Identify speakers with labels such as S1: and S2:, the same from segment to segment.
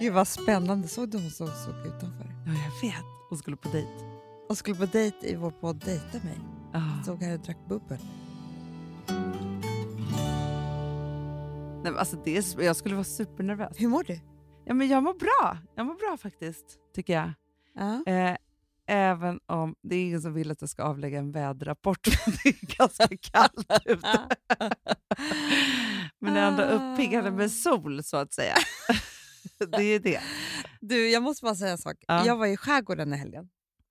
S1: Gud vad spännande. Såg du hon som såg utanför?
S2: Ja, jag vet. Hon skulle på dejt.
S1: Hon skulle på dejt i vår podd Dejta mig.
S2: Ah.
S1: Stod här och drack bubbel.
S2: Nej, men alltså det är, jag skulle vara supernervös.
S1: Hur mår du?
S2: Ja, men jag mår bra. Jag mår bra faktiskt, tycker jag.
S1: Ja.
S2: Eh, även om det är ingen som vill att jag ska avlägga en väderrapport. det är ganska kallt ute. men det är ändå uppiggande
S1: Ah.
S2: med sol, så att säga. det är det.
S1: Du, jag måste bara säga en sak.
S2: Ja.
S1: Jag var i skärgården i helgen.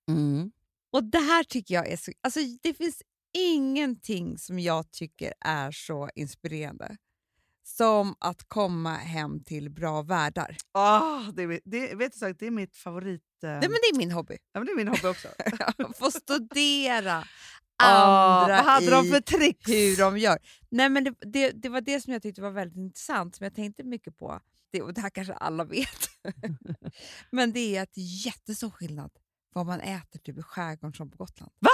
S2: Mm.
S1: Och det här tycker jag är så... Alltså, det finns ingenting som jag tycker är så inspirerande som att komma hem till bra världar.
S2: Ah, det, är- det, vet du, sagt, det är mitt favorit... Eh,
S1: Nej, men det är min hobby.
S2: ja, men det är min hobby också.
S1: Få studera
S2: Ah,
S1: andra
S2: vad hade de
S1: i
S2: för tricks?
S1: hur de gör. Nej, men det, det, det var det som jag tyckte var väldigt intressant, som jag tänkte mycket på. Det, och det här kanske alla vet. men det är att det är jättestor skillnad vad man äter typ i skärgården som på Gotland.
S2: Va?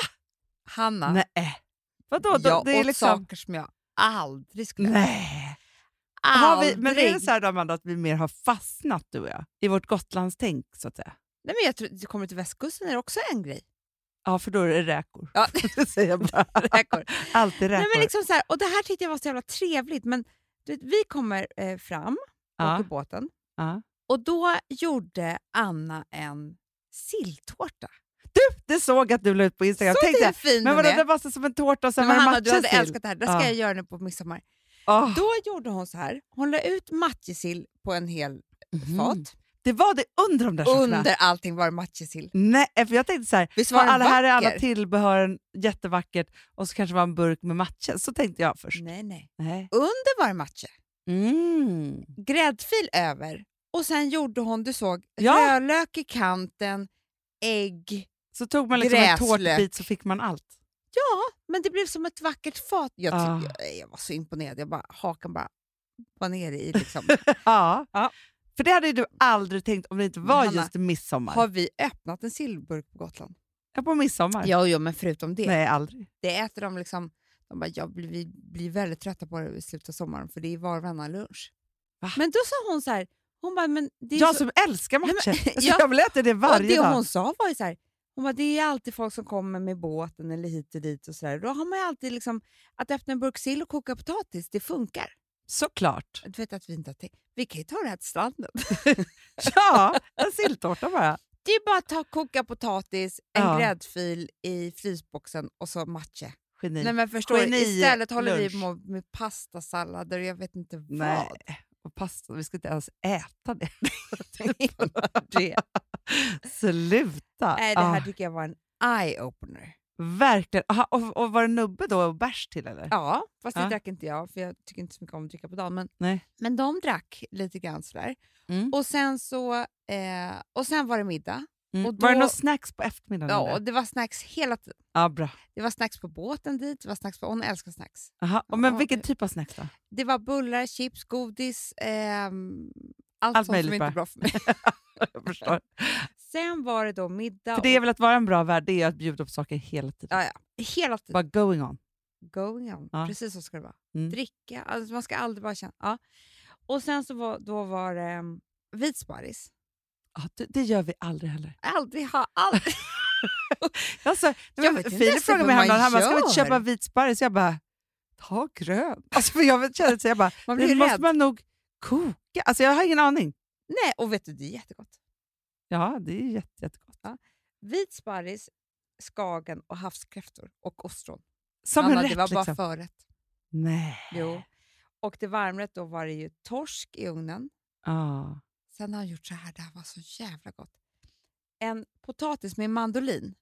S1: Hanna,
S2: Nej. Vadå? då,
S1: jag
S2: det är
S1: åt
S2: liksom...
S1: saker som jag aldrig skulle äta.
S2: Nej. Har
S1: Aldrig.
S2: vi, men är det så här då, Amanda, att vi mer har fastnat du och jag i vårt Gotlandstänk så att säga?
S1: Nej, men jag tror, det kommer till västkusten är det också en grej.
S2: Ja, för då är det räkor.
S1: Ja.
S2: det säger jag bara.
S1: Räkor.
S2: Alltid räkor.
S1: Nej, men liksom så här, och det här tyckte jag var så jävla trevligt, men du vet, vi kommer eh, fram,
S2: Ja.
S1: åker båten,
S2: ja.
S1: och då gjorde Anna en silltårta.
S2: Det såg jag att du la ut på Instagram.
S1: Så
S2: Tänkte,
S1: hur fin
S2: men
S1: den
S2: vadå,
S1: är.
S2: det var så som en tårta och sen
S1: Men
S2: var det
S1: Hanna, du hade
S2: matjessill.
S1: älskat det här. Det ska
S2: Ja.
S1: jag göra nu på midsommar.
S2: Åh.
S1: Då gjorde hon så här. Hon la ut matjessill på en hel
S2: Mhm.
S1: fat.
S2: Det var det under de där sakerna?
S1: Under allting var det matjessill.
S2: Nej, eh, för jag tänkte så här,
S1: Visst var
S2: var
S1: den
S2: alla, här är alla
S1: vacker?
S2: tillbehören, jättevackert, och så kanske det var en burk med matcha. Så tänkte jag först.
S1: Nej, Mm. nej.
S2: Nej.
S1: Under var det matje.
S2: Mm.
S1: Gräddfil över. Och sen gjorde hon, du såg,
S2: Ja.
S1: rödlök i kanten, ägg.
S2: Så tog man liksom en
S1: Gräslök.
S2: tårtbit så fick man allt.
S1: Ja, men det blev som ett vackert fat. Jag,
S2: Ah.
S1: tyck, jag, jag var så imponerad. Jag bara, hakan bara var nere i. Liksom.
S2: Ja.
S1: Ja.
S2: För det hade ju du aldrig tänkt om det inte var
S1: Hanna,
S2: just midsommar.
S1: Har vi öppnat en sillburk på Gotland?
S2: Ja, På midsommar?
S1: Ja, ja, men förutom det.
S2: Nej, aldrig.
S1: Det äter de liksom... De bara, jag blir, vi blir väldigt trötta på det i slutet av sommaren för det är var och varannan lunch.
S2: Va?
S1: Men då sa hon så här, hon bara, men det är
S2: Jag
S1: så,
S2: som älskar
S1: Nej,
S2: matcher.
S1: men-
S2: Alltså,
S1: Ja.
S2: Jag vill äta det
S1: och
S2: varje
S1: det
S2: dag.
S1: hon sa var ju så här, hon bara, det är alltid folk som kommer med båten eller hit och dit och så där. Då har man ju alltid liksom, att öppna en burk sill och koka potatis, det funkar.
S2: Såklart.
S1: Du vet att vi inte har tänkt, vi kan ju ta det här till stranden.
S2: Ja, en silltårta bara.
S1: Det är bara att ta, koka potatis, en
S2: Ja.
S1: gräddfil i frysboxen och så matcha.
S2: Geni.
S1: Nej men förstår du,
S2: Geni-
S1: istället håller vi
S2: lunch.
S1: på med pastasallader och jag vet inte vad.
S2: Nej. Och pasta, vi ska inte ens äta det.
S1: det.
S2: Sluta.
S1: Nej, det här
S2: ah,
S1: tycker jag var en eye-opener.
S2: verkligen. Aha, och, och var det nubbe då och bärs till eller?
S1: Ja, fast det
S2: Ja.
S1: drack inte jag, för jag tycker inte så mycket om att dricka på dagen. Men,
S2: Ah. Nej.
S1: men de drack lite grann sådär.
S2: Mm.
S1: Och, sen så, eh, och sen var det middag.
S2: Mm.
S1: och
S2: Var det
S1: då-
S2: några snacks på eftermiddagen?
S1: Ja,
S2: eller?
S1: och det var snacks hela tiden.
S2: ja bra.
S1: Det var snacks på båten dit, det var snacks på, hon älskar snacks.
S2: Aha. Och, men
S1: Ja,
S2: vilken
S1: det-
S2: typ av snacks då?
S1: Det var bullar, chips, godis, ehm, allt,
S2: Allt
S1: sånt som
S2: möjligt
S1: inte
S2: bara.
S1: är bra för mig.
S2: Jag förstår.
S1: Sen var det då middag.
S2: För det är
S1: och,
S2: väl att vara en bra värd, det är att bjuda på saker hela tiden.
S1: ja, ja, hela tiden.
S2: Bara going on.
S1: going on.
S2: Ja.
S1: Precis så ska det vara.
S2: Mm.
S1: Dricka, alltså man ska aldrig bara känna... Ja. Och sen så var, då var det um, vit sparris.
S2: Ja, det, det gör vi aldrig heller.
S1: Aldrig ha... Aldrig.
S2: Alltså,
S1: Jag
S2: jag
S1: vet inte
S2: Filip
S1: ens
S2: frågade
S1: hur
S2: mig
S1: man
S2: häromdagen, han bara, ska vi
S1: gör."
S2: inte köpa vit sparris? Jag bara, ta grön. Alltså, för jag kände så jag bara,
S1: Man blir
S2: det
S1: ju
S2: måste
S1: rädd.
S2: man nog koka. Alltså, jag har ingen aning.
S1: Nej, och vet du, det är jättegott.
S2: Ja, det är jätte, jättegott.
S1: Vit sparris, skagen och havskräftor och ostron.
S2: Som
S1: Anna,
S2: en rätt
S1: det var bara
S2: liksom.
S1: förrätt.
S2: Nej.
S1: Jo. Och till varmrätt då var det ju torsk i ugnen.
S2: Ja.
S1: Sen har han gjort så här, det här var så jävla gott. En potatis med mandolin.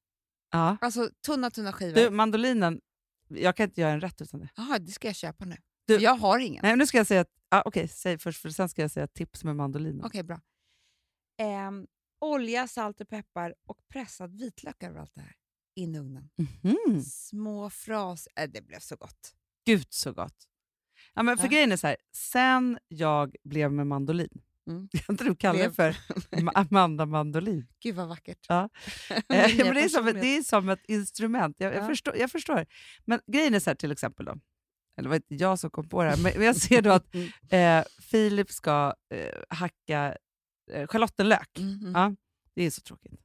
S2: ja.
S1: Alltså tunna, tunna skivor.
S2: Du, mandolinen. Jag kan inte göra en rätt utan det.
S1: Jaha, det ska jag köpa nu.
S2: Du-
S1: För jag har ingen.
S2: Nej, men nu ska jag säga, att- ah, okej, säg först, för sen ska jag säga tips med mandolinen.
S1: Okej, bra. Ehm, olja, salt och peppar och pressad vitlök över allt det här. In i ugnen.
S2: Mhm.
S1: Små fras... Äh, det blev så gott.
S2: Gud så gott. Ja, men för
S1: Ja.
S2: grejen är så här, sen jag blev med mandolin,
S1: Mm.
S2: kan inte du kalla det
S1: Blev.
S2: för Ma- Amanda Mandolin?
S1: Gud vad vackert.
S2: Ja.
S1: Min
S2: Eh,
S1: nya
S2: men det, är som, ett-
S1: personlighet.
S2: det är som ett instrument. Jag, jag,
S1: Ja.
S2: förstår, jag förstår. Men grejen är så här till exempel då. Eller det var inte
S1: Mm,
S2: jag som kom på det här, men men jag ser då att eh, Filip ska eh, hacka eh, schalottenlök.
S1: Mm, mm.
S2: Ja, Det är så tråkigt. För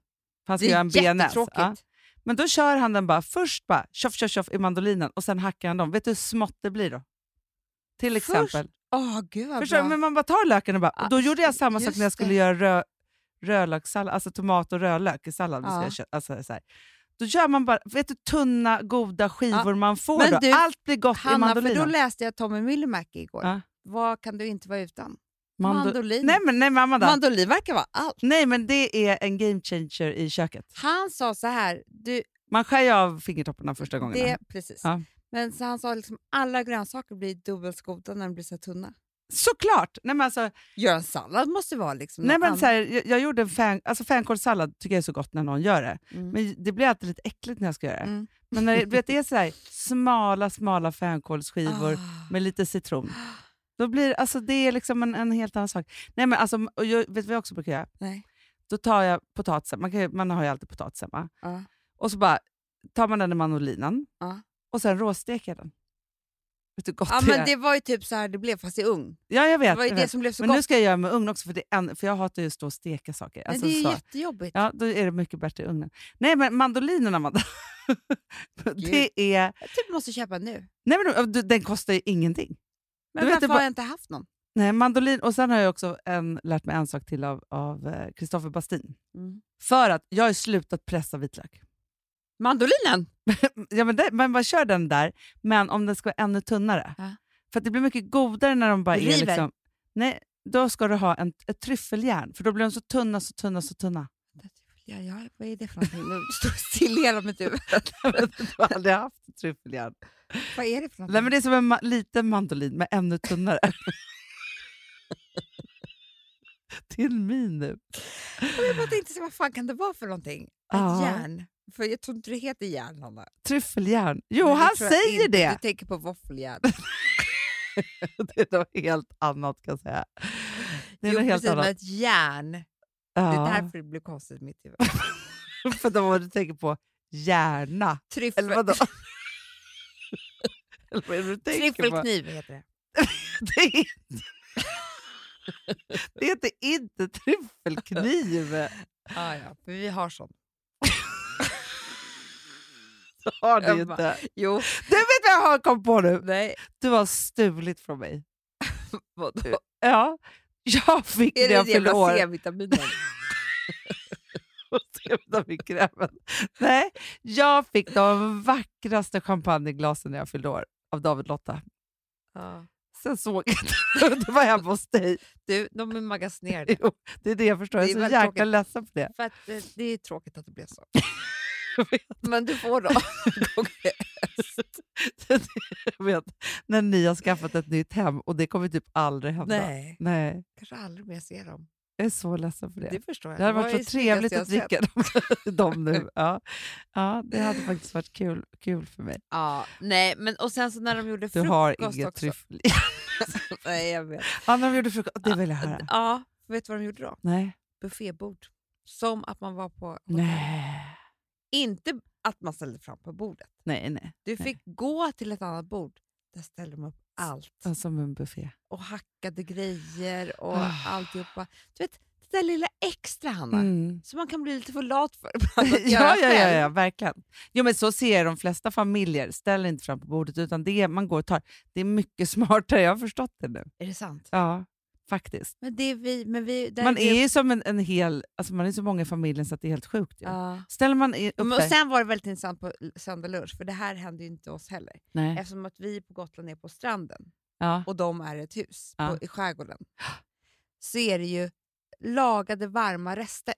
S2: Han ska
S1: Det
S2: göra
S1: är
S2: en bearnaise.
S1: jättetråkigt.
S2: Ja. Men då kör han den bara först bara tjoff tjoff tjoff i mandolinen och sen hackar han dem. Vet du hur smått det blir då? Till
S1: Först-
S2: exempel.
S1: Åh, gud vad
S2: Förstår, du?
S1: bra.
S2: men man bara tar löken och bara... Och då
S1: Ah,
S2: gjorde jag samma sak
S1: just
S2: när jag skulle
S1: det.
S2: göra rö, rödlökssallad, alltså tomat och rödlök i sallad. vi ska
S1: Ja.
S2: göra kött- Alltså, så här. Då gör man bara vet du, tunna, goda skivor man får.
S1: Men
S2: då.
S1: du,
S2: Allt blir gott i
S1: Hanna, för
S2: mandolinen.
S1: då läste jag Tommy Myllymäki igår.
S2: Ja.
S1: Vad kan du inte vara utan?
S2: Mando-
S1: Mandolin.
S2: Nej, men, nej, men Amanda.
S1: Mandolin verkar vara allt.
S2: nej, men det är en game changer i köket.
S1: Han sa så här, du,
S2: Man skär ju av fingertopparna första gången.
S1: det, precis.
S2: Ja.
S1: Men så han sa liksom alla grönsaker blir dubbelt så goda när de blir så här tunna.
S2: Såklart! Nej, men alltså,
S1: Gör en sallad måste vara liksom
S2: nej,
S1: något
S2: men
S1: annat.
S2: så här, jag, jag gjorde en fän, alltså, fänkålssallad, tycker jag är så gott när någon gör det.
S1: Mm.
S2: Men det blir alltid lite äckligt när jag ska göra det.
S1: Mm.
S2: Men när det, du vet, det är så här, smala, smala fänkålsskivor
S1: Ah.
S2: med lite citron. Då blir, alltså, det är liksom en, en helt annan sak. Nej, men alltså, och jag, vet du vad jag också brukar göra?
S1: Nej.
S2: Då tar jag potatisen, man, kan, ju- man har ju alltid potatis hemma.
S1: Ja.
S2: Och så bara tar man den i mandolinen
S1: Ja.
S2: och sen råsteker jag den. Vet du hur gott
S1: Ah. Ja,
S2: det är?
S1: men det var ju typ så här det blev fast i ugn.
S2: ja, jag vet.
S1: Det var ju
S2: jag
S1: det
S2: vet.
S1: som blev så
S2: men nu
S1: gott.
S2: ska jag göra med ugn också, för, det är en, för jag hatar ju att stå och steka saker. Alltså,
S1: men det är
S2: så.
S1: ju jättejobbigt.
S2: Ja, då är det mycket bättre i ugnen. Nej, men mandolinerna, Amanda.
S1: Gud.
S2: det är...
S1: Jag typ måste köpa nu.
S2: Nej, men de- du, den kostar ju ingenting.
S1: Men
S2: Du vet,
S1: varför
S2: det
S1: har
S2: bara-
S1: jag inte haft någon?
S2: Nej, mandolin. Och sen har jag också en, lärt mig en sak till av Kristoffer Christopher Bastin.
S1: Mm.
S2: För att jag har ju slutat pressa vitlök.
S1: Mandolinen!
S2: Ja, men det, man bara kör den där, men om den ska vara ännu tunnare.
S1: Ja.
S2: För att det blir mycket godare när de bara
S1: Det
S2: är
S1: river.
S2: liksom... Nej, då ska du ha en, ett tryffeljärn, för då blir de så tunna, så tunna, så tunna.
S1: Ja, ja, vad är det för någonting? Nu står det still i hela mitt huvud.
S2: Du har aldrig haft ett tryffeljärn.
S1: Vad är det för
S2: Nej,
S1: någonting?
S2: men det är som en ma- liten mandolin, men ännu tunnare. Till min nu.
S1: Och jag bara tänkte, så, vad fan kan det vara för någonting? Ett
S2: Ja.
S1: järn? För jag tror inte det heter järn, Hanna.
S2: Tryffeljärn. Jo,
S1: Men det
S2: han
S1: tror jag
S2: säger
S1: inte. Du
S2: det!
S1: tänker på våffeljärn.
S2: Det är något helt annat kan jag säga. Det är
S1: Jo,
S2: något helt
S1: precis, men
S2: annat.
S1: ett järn. Det är
S2: Ja.
S1: därför det blev konstigt i mitt huvud.
S2: För då var du tänker på hjärna.
S1: Tryffel,
S2: Eller vadå? Eller vad är det du tänker på?
S1: tryffelkniv heter det.
S2: Det är inte- Det heter inte tryffelkniv.
S1: Ah, ja, men vi har sånt.
S2: Det har ni
S1: Jag
S2: ju
S1: bara-
S2: inte.
S1: Jo,
S2: Du vet vad jag har kommit på nu?
S1: nej.
S2: Du har stulit från mig.
S1: Vadå?
S2: Ja, jag fick
S1: Är
S2: när
S1: det
S2: jag
S1: det
S2: fyllde
S1: jävla
S2: år.
S1: C-vitaminen?
S2: och skrämda med krämen. Nej, jag fick de vackraste champagneglasen när jag fyllde år av David Lotta.
S1: Ja.
S2: Sen såg jag inte. Det var hemma hos dig.
S1: Du, de är magasinerade.
S2: Jo, det är det jag förstår. Jag
S1: Det är
S2: är så
S1: väldigt
S2: jäkla
S1: tråkigt.
S2: ledsen för det.
S1: För att eh, det är tråkigt att det blev så.
S2: Jag
S1: Men du får dem.
S2: Jag vet, när ni har skaffat ett nytt hem och det kommer typ aldrig hända.
S1: Nej,
S2: Nej,
S1: kanske aldrig mer ser dem.
S2: jag är så ledsen för det.
S1: Det förstår jag.
S2: Det hade
S1: var
S2: varit
S1: det
S2: så trevligt att
S1: snyggaste jag sett.
S2: dricka dem, dem nu. Ja. Ja, det hade faktiskt varit kul, kul för mig.
S1: Ja, nej, men och sen så när de gjorde
S2: Du
S1: frukost
S2: har inget
S1: också.
S2: tryffel.
S1: nej, jag vet.
S2: Ja, när de gjorde frukost, det vill jag höra.
S1: Ja, vet du vad de gjorde då?
S2: Nej.
S1: Buffébord. Som att man var på hotell.
S2: Nej.
S1: Inte att man ställde fram på bordet.
S2: Nej, nej.
S1: Du
S2: Nej.
S1: fick gå till ett annat bord. Där ställde de upp allt.
S2: Ja, Som en buffé.
S1: Och hackade grejer och
S2: Ah.
S1: alltihopa. Du vet, det där lilla extra, Hanna.
S2: Mm.
S1: Som man kan bli lite för lat för. ibland
S2: Ja,
S1: Alltså, att göra
S2: ja, ja,
S1: själv.
S2: ja, verkligen. Jo, men så ser jag de flesta familjer. Ställer inte fram på bordet, utan det är, man går och tar. Det är mycket smartare, jag har förstått det nu.
S1: Är det sant?
S2: Ja, faktiskt.
S1: Men det är vi... Men vi där
S2: Man
S1: vi-
S2: är ju som en, en hel... Alltså man är så många i familjen så att det är helt sjukt. Ju.
S1: Ja.
S2: Ställer man i- upp
S1: Men, och
S2: där...
S1: sen var det väldigt intressant på l- söndag lunch, för det här hände ju inte oss heller.
S2: Nej.
S1: Eftersom att vi på Gotland är på stranden
S2: Ja.
S1: och de är ett hus
S2: Ja.
S1: på, i skärgården, så är det ju lagade varma rester.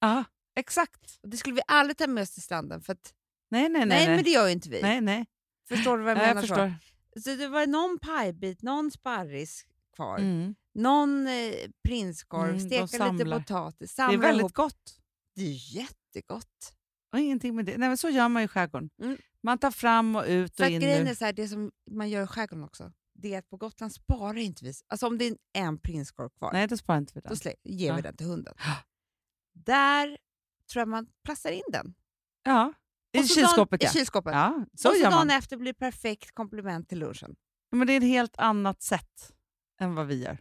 S2: ja, exakt.
S1: Och det skulle vi aldrig ta med oss till stranden, för att,
S2: Nej, nej, nej.
S1: nej,
S2: nej,
S1: men det gör ju inte vi.
S2: nej, nej.
S1: Förstår du vad jag
S2: Ja,
S1: menar?
S2: jag förstår.
S1: Så? så det var någon pajbit, någon sparris kvar,
S2: Mm.
S1: någon eh, prinskorv,
S2: Mm, de
S1: steka lite
S2: samlar.
S1: potatis,
S2: Det
S1: samla
S2: är väldigt
S1: ihop.
S2: gott.
S1: Det är jättegott.
S2: Och ingenting med det. Nej, men så gör man ju i skärgården.
S1: Mm.
S2: Man tar fram och ut
S1: För
S2: och
S1: att
S2: in.
S1: grejen
S2: ur.
S1: är så här, det som man gör i skärgården också, det är att på Gotland sparar inte vi... Alltså om det är en prinskorv kvar,
S2: Nej, då sparar inte vi
S1: då
S2: den.
S1: slä, ger vi
S2: Ja.
S1: den till hunden. Där tror jag man plastar in den.
S2: Ja, i
S1: Och så
S2: kylskåpet
S1: dagen, I
S2: ja.
S1: kylskåpet.
S2: Ja, så
S1: och så
S2: gör
S1: dagen
S2: man.
S1: efter blir det perfekt komplement till lunchen.
S2: Men det är ett helt annat sätt än vad vi gör.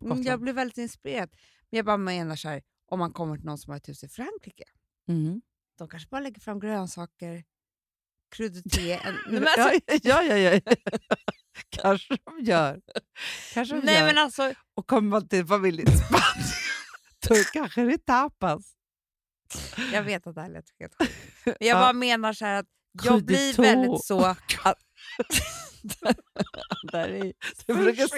S2: på
S1: Mm, Jag
S2: Gotland.
S1: blev väldigt inspirerad. Men Men jag bara menar så här, om man kommer till någon som har ett hus i Frankrike,
S2: Mm.
S1: de kanske bara lägger fram grönsaker, kryddete. en- Nej, men alltså,
S2: Ja, ja, ja, ja. Kanske de gör. Kanske de
S1: nej,
S2: gör.
S1: men alltså
S2: Och kommer man till familjen i Spanien, då kanske det är tapas.
S1: jag vet att det här lät helt sjukt. Men jag
S2: Ja.
S1: bara menar så här att jag blir
S2: Kryddetå.
S1: väldigt så... Att,
S2: Där är, du, brukar,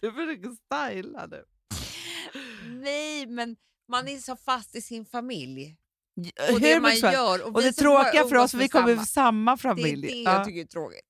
S2: du brukar styla nu.
S1: nej, men man är så fast i sin familj.
S2: Hur
S1: Och det man
S2: mycket som helst.
S1: gör. Och,
S2: och
S1: vi
S2: det
S1: som bara
S2: tråkiga för oss,
S1: umgås
S2: för
S1: med
S2: vi kommer
S1: samma.
S2: från samma
S1: Det är
S2: familj.
S1: det
S2: Ja,
S1: jag tycker är tråkigt.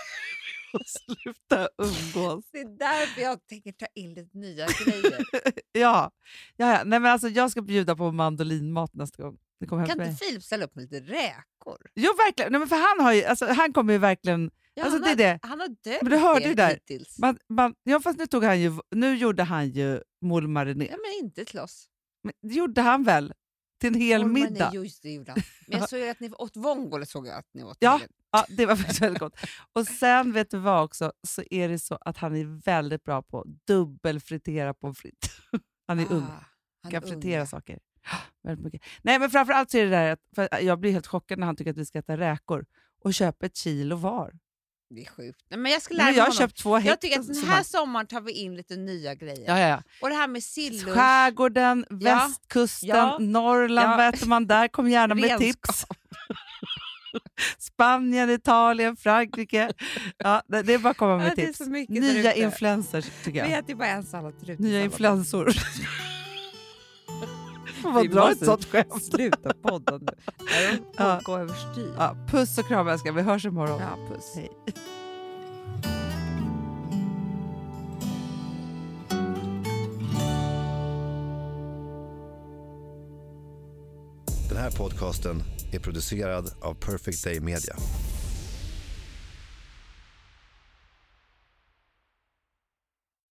S2: och sluta umgås.
S1: Det är därför jag tänker ta in lite nya grejer.
S2: Ja. Ja, ja. Nej, men alltså, jag ska bjuda på mandolinmat nästa gång. Det kommer hem
S1: Kan
S2: till mig.
S1: inte Filip ställa upp med lite räkor?
S2: Jo, verkligen. Nej, men för han, har ju, alltså, han kommer ju verkligen...
S1: Ja,
S2: alltså,
S1: han,
S2: det är
S1: har,
S2: det.
S1: han har dömt
S2: Men du hörde
S1: det
S2: ju där.
S1: hittills.
S2: Man, man, ja, fast nu, tog han ju, nu gjorde han ju moules marinés.
S1: Ja, men inte till oss.
S2: Men Det gjorde han väl? Till en hel
S1: Ormarna,
S2: middag.
S1: jo, just det gjorde han. Men jag såg ju att ni åt vongole. Såg jag att ni åt
S2: Ja.
S1: nyligen.
S2: Ja, det var faktiskt väldigt gott. Och sen vet du vad också, så är det så att han är väldigt bra på att dubbelfritera pommes frites. Han är ung,
S1: Ah, han
S2: kan
S1: är ung,
S2: fritera
S1: ja.
S2: saker. Väldigt mycket. Nej, men framförallt så är det där att för jag blir helt chockad när han tycker att vi ska äta räkor och köpa ett kilo var.
S1: Det är sjukt. Nej, men jag ska lära
S2: Men
S1: mig
S2: jag har
S1: honom.
S2: köpt två hektar.
S1: Jag tycker att den
S2: som
S1: här
S2: han-
S1: sommaren tar vi in lite nya grejer.
S2: ja, ja, ja.
S1: Och det här med sillunch.
S2: Skärgården, västkusten,
S1: Ja.
S2: Norrland,
S1: Ja.
S2: vad äter man där? Kom gärna med
S1: Renskap.
S2: tips. Spanien, Italien, Frankrike. Ja, det, det är bara att komma med
S1: Ja, det är
S2: tips.
S1: så mycket där
S2: Nya
S1: ute.
S2: influencers, tycker
S1: Vi
S2: jag.
S1: äter ju bara en sallad till
S2: Nya influensor. Får man
S1: Vi
S2: dra ett
S1: måste-
S2: sånt skämt?
S1: Sluta podda nu.
S2: Ja.
S1: Ja. Gå överstyr.
S2: Ja, puss och kram älskar. vi hörs imorgon.
S1: Ja, puss.
S2: Hej.
S3: Den här podcasten är producerad av Perfect Day Media.